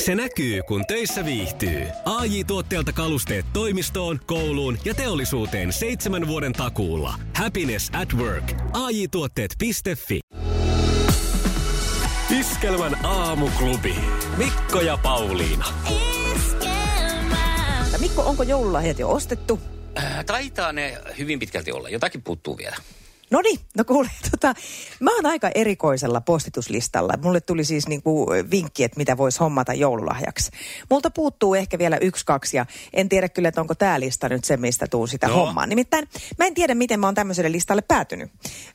Se näkyy, kun töissä viihtyy. ai tuotteelta kalusteet toimistoon, kouluun ja teollisuuteen seitsemän vuoden takuulla. Happiness at work. ai tuotteetfi Iskelmän aamuklubi. Mikko ja Pauliina. Mikko, onko joululahjat jo ostettu? Äh, Taitaa ne hyvin pitkälti olla. Jotakin puuttuu vielä. No niin, no kuule, tota, mä oon aika erikoisella postituslistalla. Mulle tuli siis niinku vinkki, että mitä voisi hommata joululahjaksi. Multa puuttuu ehkä vielä yksi, kaksi ja en tiedä kyllä, että onko tämä lista nyt se, mistä tuu sitä no. No. hommaa. Nimittäin mä en tiedä, miten mä oon tämmöiselle listalle päätynyt.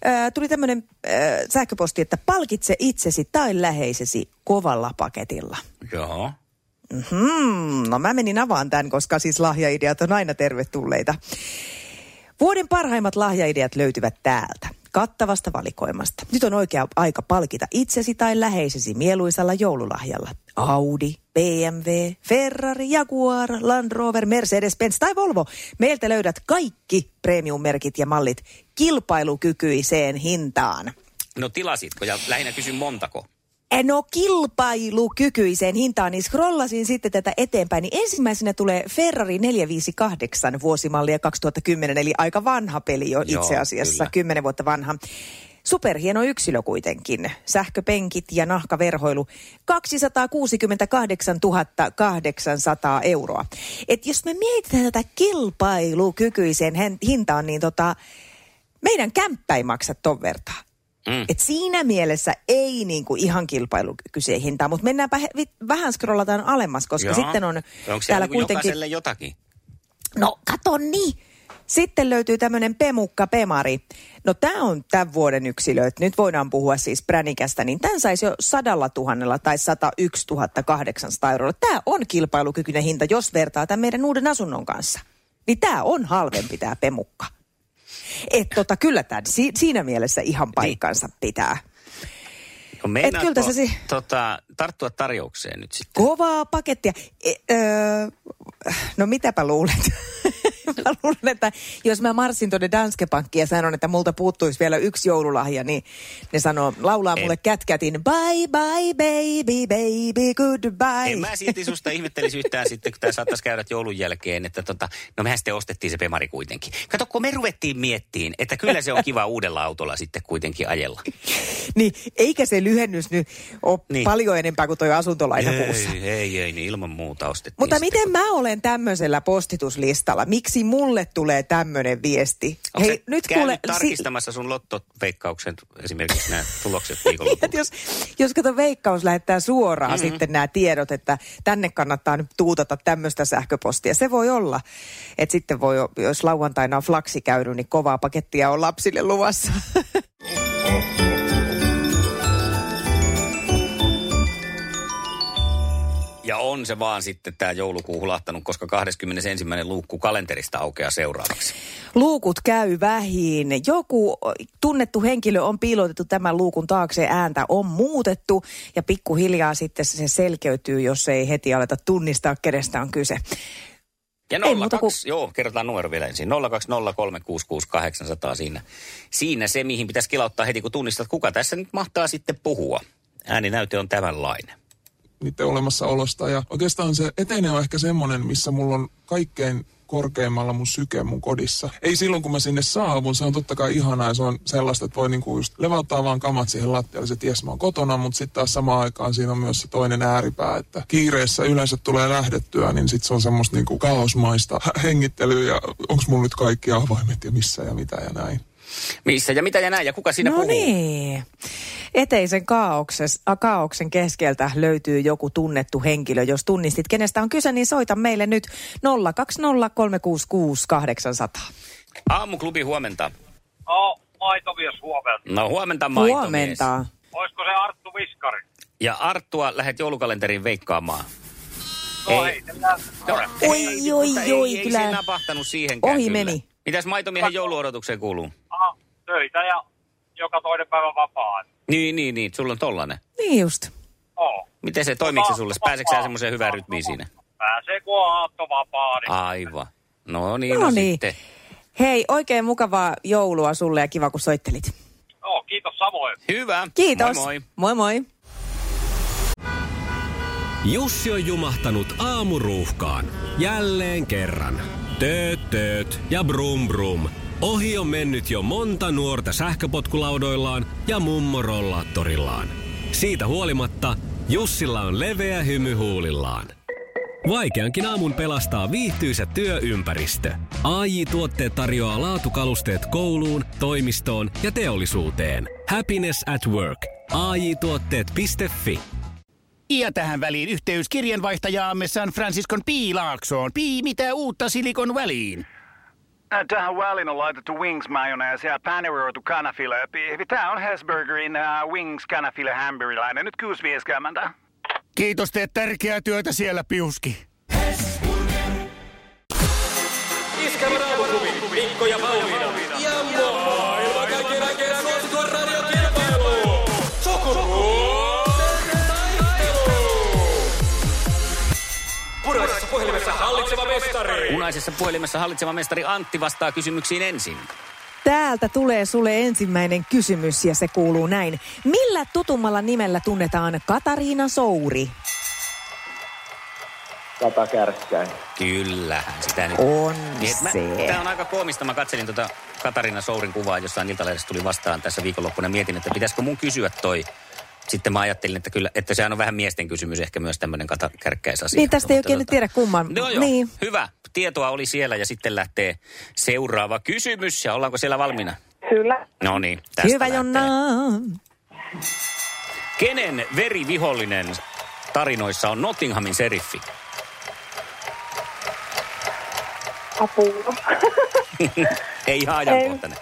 Öö, tuli tämmöinen öö, sähköposti, että palkitse itsesi tai läheisesi kovalla paketilla. Joo. Mm, no mä menin avaan tämän, koska siis lahjaideat on aina tervetulleita. Vuoden parhaimmat lahjaideat löytyvät täältä, kattavasta valikoimasta. Nyt on oikea aika palkita itsesi tai läheisesi mieluisalla joululahjalla. Audi, BMW, Ferrari, Jaguar, Land Rover, Mercedes-Benz tai Volvo. Meiltä löydät kaikki premium-merkit ja mallit kilpailukykyiseen hintaan. No tilasitko ja lähinnä kysyn montako. No kilpailukykyiseen hintaan, niin scrollasin sitten tätä eteenpäin. Niin ensimmäisenä tulee Ferrari 458 vuosimallia 2010, eli aika vanha peli jo Joo, itse asiassa, kyllä. 10 vuotta vanha. Superhieno yksilö kuitenkin. Sähköpenkit ja nahkaverhoilu. 268 800 euroa. Et jos me mietitään tätä kilpailukykyiseen hen- hintaan, niin tota, meidän kämppä ei maksa ton vertaa. Mm. Et siinä mielessä ei niinku ihan kilpailukykyiseen hintaan, mutta mennäänpä he, vi, vähän scrollataan alemmas, koska Joo. sitten on Onko siellä täällä niinku kuitenkin... jokaiselle jotakin? No kato niin! Sitten löytyy tämmöinen Pemukka Pemari. No tämä on tämän vuoden yksilö, että nyt voidaan puhua siis pränikästä, niin tämän saisi jo sadalla tuhannella tai 101 800 eurolla. Tämä on kilpailukykyinen hinta, jos vertaa tämän meidän uuden asunnon kanssa. Niin tämä on halvempi tämä Pemukka. Et tota, kyllä tämä si- siinä mielessä ihan paikkansa pitää. No meinaatko kyllä tässä si- tota, tarttua tarjoukseen nyt sitten? Kovaa pakettia. E, öö, no mitäpä luulet? mä luulen, että jos mä marssin tuonne Danske Bankkiin ja sanon, että multa puuttuisi vielä yksi joululahja, niin ne sanoo, laulaa En- mulle kätkätin, bye bye baby, baby goodbye. En mä silti susta ihmettelisi yhtään sitten, kun tämä saattaisi käydä joulun jälkeen, että tota, no mehän sitten ostettiin se Pemari kuitenkin. Kato, kun me ruvettiin miettiin, että kyllä se on kiva uudella autolla sitten kuitenkin ajella. Niin, eikä se lyhennys nyt ole niin. Niin. paljon enempää kuin toi asuntolainapuussa. Ei, ei, ei, niin ilman muuta ostettiin. Mutta sitten, miten mä olen tämmöisellä postituslistalla? Miksi mulle tulee tämmöinen viesti? Onko Hei, nyt nyt kuule, tarkistamassa sun lottoveikkauksen esimerkiksi nämä tulokset viikonlopulla? Et jos, Niin, jos kato Veikkaus lähettää suoraan mm-hmm. sitten nämä tiedot, että tänne kannattaa nyt tuutata tämmöistä sähköpostia. Se voi olla, että sitten voi, o- jos lauantaina on flaksi käynyt, niin kovaa pakettia on lapsille luvassa. Ja on se vaan sitten tämä joulukuu hulahtanut, koska 21. luukku kalenterista aukeaa seuraavaksi. Luukut käy vähin. Joku o, tunnettu henkilö on piilotettu tämän luukun taakse, ääntä on muutettu ja pikkuhiljaa sitten se selkeytyy, jos ei heti aleta tunnistaa, kenestä on kyse. Ja Ei muuta 02, joo, kerrotaan numero vielä ensin. 020366800 siinä. Siinä se, mihin pitäisi kilauttaa heti, kun tunnistat, kuka tässä nyt mahtaa sitten puhua. Ääninäyte on tämänlainen. niiden olemassaolosta. Ja oikeastaan se etene on ehkä semmoinen, missä mulla on kaikkein korkeimmalla mun syke mun kodissa. Ei silloin, kun mä sinne saavun, se on totta kai ihanaa ja se on sellaista, että voi niinku just levauttaa vaan kamat siihen lattialle, se ties mä oon kotona, mutta sitten taas samaan aikaan siinä on myös se toinen ääripää, että kiireessä yleensä tulee lähdettyä, niin sitten se on semmoista niinku kaosmaista hengittelyä ja onks mulla nyt kaikki avaimet ja missä ja mitä ja näin. Missä ja mitä ja näin ja kuka siinä no puhuu? niin. Eteisen kaaukses- a, kaauksen keskeltä löytyy joku tunnettu henkilö. Jos tunnistit, kenestä on kyse, niin soita meille nyt 020366800. Aamuklubi huomenta. No, maitomies huomenta. No huomenta maitomies. Huomenta. Olisiko se Arttu Viskari? Ja Arttua lähet joulukalenteriin veikkaamaan. No Ei. ei, ei No, Oi, ei, oi, mutta oi, ei, kyllä. Ei se napahtanut siihenkään Ohi kyllä. meni. Mitäs maitomiehen jouluodotukseen kuuluu? aha, töitä ja joka toinen päivä vapaa. Niin, niin, niin, sulla on tollanen. Niin just. No. Miten se, toimiksi sulle? Pääseekö sä semmoiseen hyvään rytmiin siinä? Pääsee kun on Aatto vapaa, Ah. niin Aivan. No niin, no, No niin. sitten. Hei, oikein mukavaa joulua sulle ja kiva kun soittelit. no, kiitos samoin. Hyvä. Kiitos. Moi moi. moi. moi. Jussi on jumahtanut aamuruuhkaan. Jälleen kerran. Tööt, tööt ja brum brum. Ohi on mennyt jo monta nuorta sähköpotkulaudoillaan ja mummorollaattorillaan. Siitä huolimatta Jussilla on leveä hymy huulillaan. Vaikeankin aamun pelastaa viihtyisä työympäristö. AI-tuotteet tarjoaa laatukalusteet kouluun, toimistoon ja teollisuuteen. Happiness at work. AJ-tuotteet.fi. Ja tähän väliin yhteys kirjanvaihtajaamme San Franciscon P. Laaksoon. Pii, mitä uutta Silikon väliin? Ä, Tähän väliin on laitettu wings mayonnaise ja paneroitu kanafila. Pi- Tämä on Hesburgerin uh, wings kanafila hamburilainen. Nyt 6.50. Kiitos, teet tärkeää työtä siellä, Piuski. Punaisessa puhelimessa hallitseva mestari Antti vastaa kysymyksiin ensin. Täältä tulee sulle ensimmäinen kysymys ja se kuuluu näin. Millä tutummalla nimellä tunnetaan Katariina Souri? Kata Kärkkäin. Kyllähän sitä nyt... On Niin, et mä, se. tää on aika koomista. Mä katselin tota Katarina Sourin kuvaa, jossain iltalehdessä tuli vastaan tässä viikonloppuna. Mietin, että pitäisikö mun kysyä toi. Sitten mä ajattelin, että kyllä, että sehän on vähän miesten kysymys ehkä myös tämmöinen kata- kärkkäisasia. Niin, tästä ei Mutta oikein nyt tiedä kumman. No joo, Niin. niin. hyvä. Tietoa oli siellä ja sitten lähtee seuraava kysymys. Ja ollaanko siellä valmiina? Kyllä. No niin, tästä Hyvä lähtee. Jonna. Kenen verivihollinen tarinoissa on Nottinghamin seriffi? Apua. Ei ihan ajankohtainen.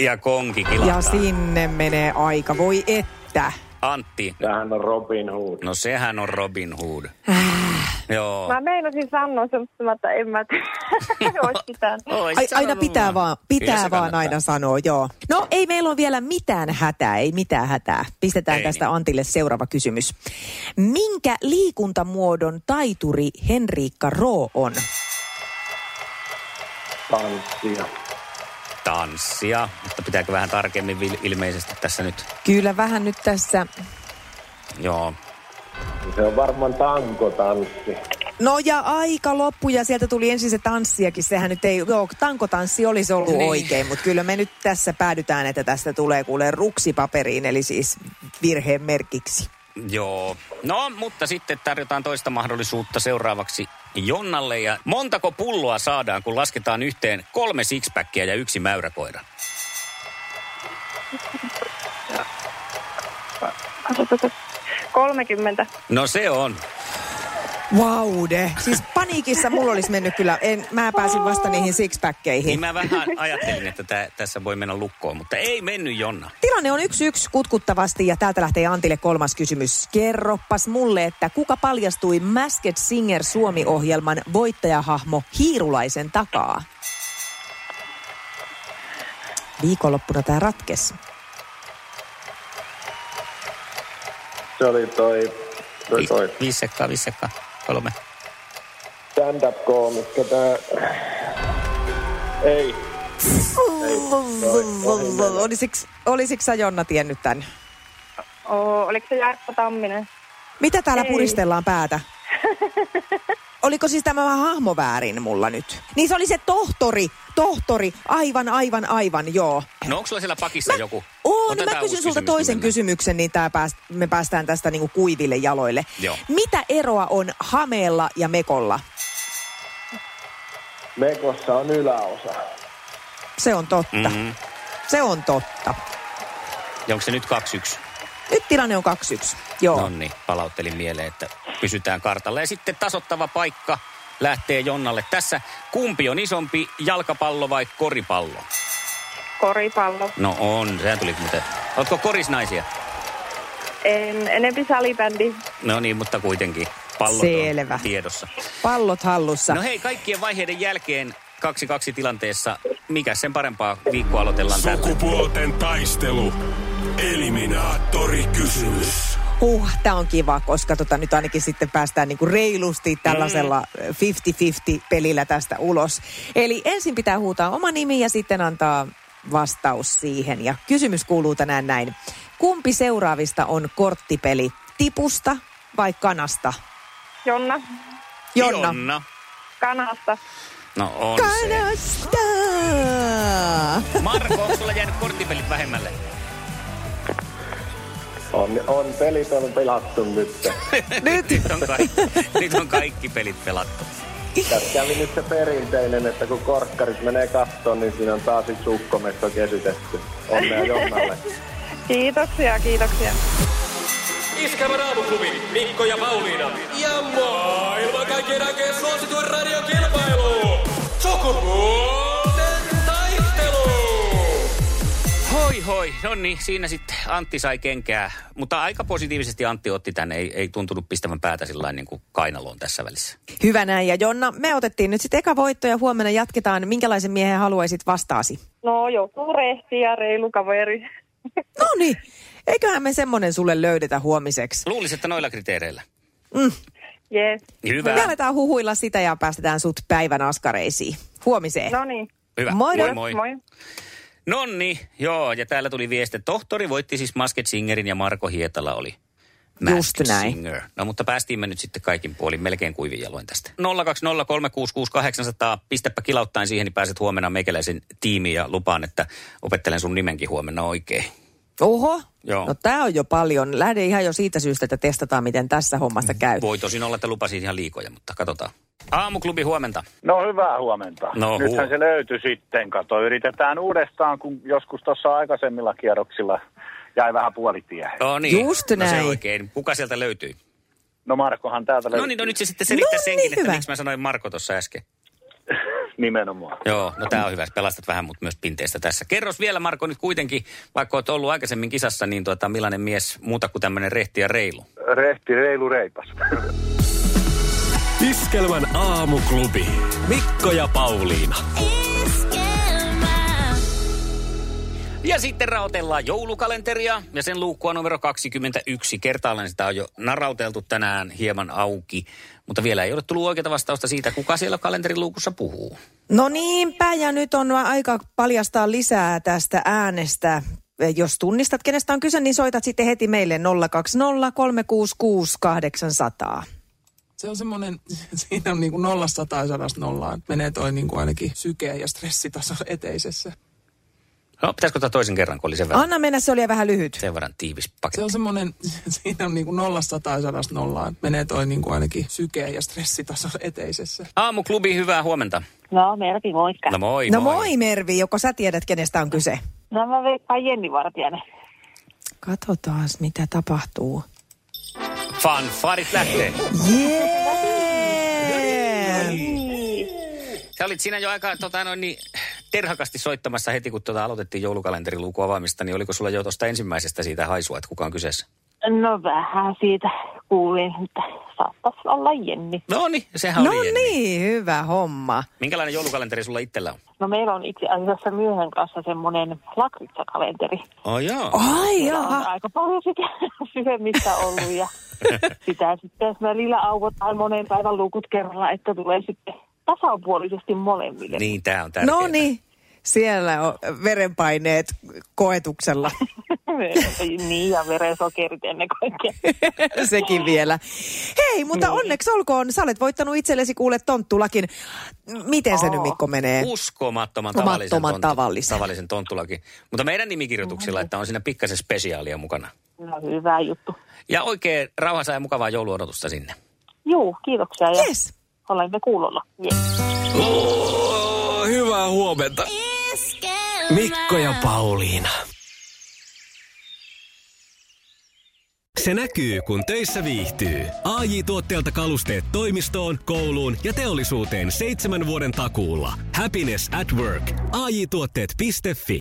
Ja konki Ja kilahtaa. sinne menee aika. Voi että. Antti. Tämähän on Robin Hood. No sehän on Robin Hood. Äh. Joo. Mä meinasin sanoa sen, mutta mä, että en mä tiedä. Ois mitään. Ois Ai, aina sanonut pitää vaan, Kyllä pitää se vaan kannattaa. aina sanoa, joo. No ei meillä ole vielä mitään hätää, ei mitään hätää. Pistetään Ei niin. tästä Antille seuraava kysymys. Minkä liikuntamuodon taituri Henriikka Roo on? Tanssia. Tanssia, mutta pitääkö vähän tarkemmin vil- ilmeisesti tässä nyt? Kyllä vähän nyt tässä. Joo. Se on varmaan tankotanssi. No ja aika loppu ja sieltä tuli ensin se tanssiakin, sehän nyt ei, joo, tankotanssi olisi ollut niin. oikein, mutta kyllä me nyt tässä päädytään, että tästä tulee kuule ruksipaperiin, eli siis virheen merkiksi. Joo. No, mutta sitten tarjotaan toista mahdollisuutta seuraavaksi Jonnalle. Ja montako pulloa saadaan, kun lasketaan yhteen kolme sixpackia ja yksi mäyräkoira? Katsotaan. 30. No se on. Vaude. Siis paniikissa mulla olisi mennyt kyllä, en, mä pääsin vasta niihin Niin sixpackkeihin. mä vähän ajattelin, että tää, tässä voi mennä lukkoon, mutta ei mennyt Jonna. Tilanne on yksi yksi kutkuttavasti ja täältä lähtee Antille kolmas kysymys. Kerroppas mulle, että kuka paljastui Masked Singer Suomi-ohjelman voittajahahmo Hiirulaisen takaa? Viikonloppuna tämä ratkes. Se oli toi, toi, toi Vi- viisi sekkaa, viisi sekkaa. Kolme. stand-up-koomikko. Tää... Ei. Olisiko, olisiko sä Jonna tiennyt tämän? Oo, oliko se Jarkko Tamminen? Mitä täällä Ei. puristellaan päätä? Oliko siis tämä hahmo väärin mulla nyt? Niin se oli se tohtori, tohtori, aivan, aivan, aivan, joo. No onko sulla siellä pakissa joku? On, Otetaan no mä uusi kysyn sulta kysymys, toisen niin mennään. kysymyksen, niin tää pääst, me päästään tästä niinku kuiville jaloille. Joo. Mitä eroa on hameella ja mekolla? Mekossa on yläosa. Se on totta. Mhm. Se on totta. Ja onko se nyt 2-1? Nyt tilanne on 2-1. Joo. No niin, palauttelin mieleen, että pysytään kartalla. Ja sitten tasottava paikka lähtee Jonnalle. Tässä kumpi on isompi, jalkapallo vai koripallo? Koripallo. No on, sehän tuli muuten. Ootko korisnaisia? En, enempi salibändi. No niin, mutta kuitenkin. Pallot Selvä. on tiedossa. Pallot hallussa. No hei, kaikkien vaiheiden jälkeen 2-2 tilanteessa. Mikä sen parempaa viikkoa aloitellaan täältä? Sukupuolten taistelu. Eliminaattori kysymys. Huh, Uh, tää on kiva, koska tota, nyt ainakin sitten päästään niinku reilusti tällaisella eh, 50-50 pelillä tästä ulos. Eli ensin pitää huutaa oma nimi ja sitten antaa vastaus siihen. Ja kysymys kuuluu tänään näin. Kumpi seuraavista on korttipeli? Tipusta vai kanasta? Jonna, Jonna. Jonna. kanasta. No on se. Kanasta! Marko, onko sulla jäänyt korttipelit vähemmälle? On, on pelit on pelattu nyt. Nyt. Nyt on kaikki, nyt on kaikki pelit pelattu. Tässä kävi nyt se perinteinen, että kun korkkarit menee kattoon, niin siinä on taas yksi ukkometto kesytetty. Onnea Jonnalle. Kiitoksia, kiitoksia. Iskävän aamuklubi, Mikko ja Pauliina. Ja maailman kaikkien aikeen suosituen radiokilpailu. Sukupuolten taistelu. Hoi hoi, no niin, siinä sitten Antti sai kenkää. Mutta aika positiivisesti Antti otti tänne, ei, ei tuntunut pistävän päätä sillä niin kuin kainaloon tässä välissä. Hyvä näin. Ja Jonna, me otettiin nyt sitten eka voitto ja huomenna jatketaan. Minkälaisen miehen haluaisit vastaasi? No joku rehti ja reilu kaveri. No niin, eiköhän me semmonen sulle löydetä huomiseksi. Luulisin, että noilla kriteereillä. Yes. Hyvä, Me aletaan huhuilla sitä ja päästetään sut päivän askareisiin. Huomiseen. No niin. hyvä. Moi, moi. moi. moi. Nonni, joo, ja täällä tuli viesti, että tohtori voitti siis Masked Singerin ja Marko Hietala oli Just näin. Singer. No mutta päästiin me nyt sitten kaikin puolin, melkein kuivin jaloin tästä. 020366800, pistäpä kilauttaen siihen, niin pääset huomenna meikäläisen tiimiin ja lupaan, että opettelen sun nimenkin huomenna oikein. Oho, Joo. no tää on jo paljon. Lähde ihan jo siitä syystä, että testataan, miten tässä hommassa käy. Mm, Voi tosin olla, että lupasin ihan liikoja, mutta katsotaan. Aamuklubi huomenta. No hyvää huomenta. No, huo- Nythän se löytyi sitten, kato. Yritetään uudestaan, kun joskus tuossa aikaisemmilla kierroksilla jäi vähän puolitiehen. No niin. Just No se näin. oikein. Kuka sieltä löytyy? No Markohan täältä löytyi No niin, no nyt se sitten selittää No senkin, niin, että hyvä. miksi mä sanoin Marko tuossa äsken. nimenomaan. Joo, no tämä on hyvä. Pelastat vähän mut myös pinteestä tässä. Kerros vielä Marko nyt kuitenkin, vaikka oot ollut aikaisemmin kisassa, niin tuota, millainen mies muuta kuin tämmöinen rehti ja reilu? Rehti, reilu reipas. Iskelmän aamuklubi. Mikko ja Pauliina. Ja sitten rautellaan joulukalenteria ja sen luukkua numero 21. Kertaalleen sitä on jo narauteltu tänään hieman auki, mutta vielä ei ole tullut oikeaa vastausta siitä, kuka siellä kalenteriluukussa puhuu. No niinpä, ja nyt on aika paljastaa lisää tästä äänestä. E, Jos tunnistat, kenestä on kyse, niin soitat sitten heti meille 020 366 800. Se on semmoinen, siinä on niin kuin nollasta tai sadasta nollaan. Menee toi niin kuin ainakin syke- ja stressitaso eteisessä. No, pitäisikö ottaa toisen kerran, kun oli sen verran, Anna mennä, se oli jo vähän lyhyt. sen verran tiivis Se on paketti. semmoinen, siinä on niin kuin nollasta tai sadasta nollaan. Menee toi niin kuin ainakin syke- ja stressitaso eteisessä. Aamuklubi, hyvää huomenta. No Mervi, moikka. No moi, No moi Mervi, joko sä tiedät, kenestä on kyse? No mä veikkaan Jenni Vartiainen. Katsotaan, mitä tapahtuu. Fanfarit lähtee. Jee! Sä olit siinä jo aika tota, noin, niin, terhakasti soittamassa heti, kun tota, aloitettiin joulukalenteriluukun avaamista, niin oliko sulla jo tuosta ensimmäisestä siitä haisua, että kuka on kyseessä? No vähän siitä kuulin, että saattaisi olla Jenni. No niin, sehän No oli Jenni. niin, hyvä homma. Minkälainen joulukalenteri sulla itsellä on? No meillä on itse asiassa miehen kanssa semmoinen lakritsakalenteri. Oh, joo. Ai On jaha. aika paljon sitä syömistä ollut ja sitä sitten välillä aukotaan monen päivän lukut kerralla, että tulee sitten tasapuolisesti molemmille. Niin, tää on tärkeää. No niin, siellä on verenpaineet koetuksella. niin ja verensokerit ennen kaikkea. Sekin vielä. Hei, mutta onneksi olkoon. Sä olet voittanut itsellesi kuule tonttulakin. M- Miten se nyt Mikko menee? Uskomattoman Uskomattoman tavallisen, tonttu- tavallisen. tavallisen tonttulakin. Mutta meidän nimikirjoituksilla, että on siinä pikkasen spesiaalia mukana. No hyvä juttu. Ja oikein rauhansa ja mukavaa jouluodotusta sinne. Juu, kiitoksia ja Yes. olemme kuulolla. Yes. Oh, hyvää huomenta. Mikko ja Pauliina. Se näkyy, kun töissä viihtyy. ai tuotteelta kalusteet toimistoon, kouluun ja teollisuuteen seitsemän vuoden takuulla. Happiness at work. AJ-tuotteet.fi.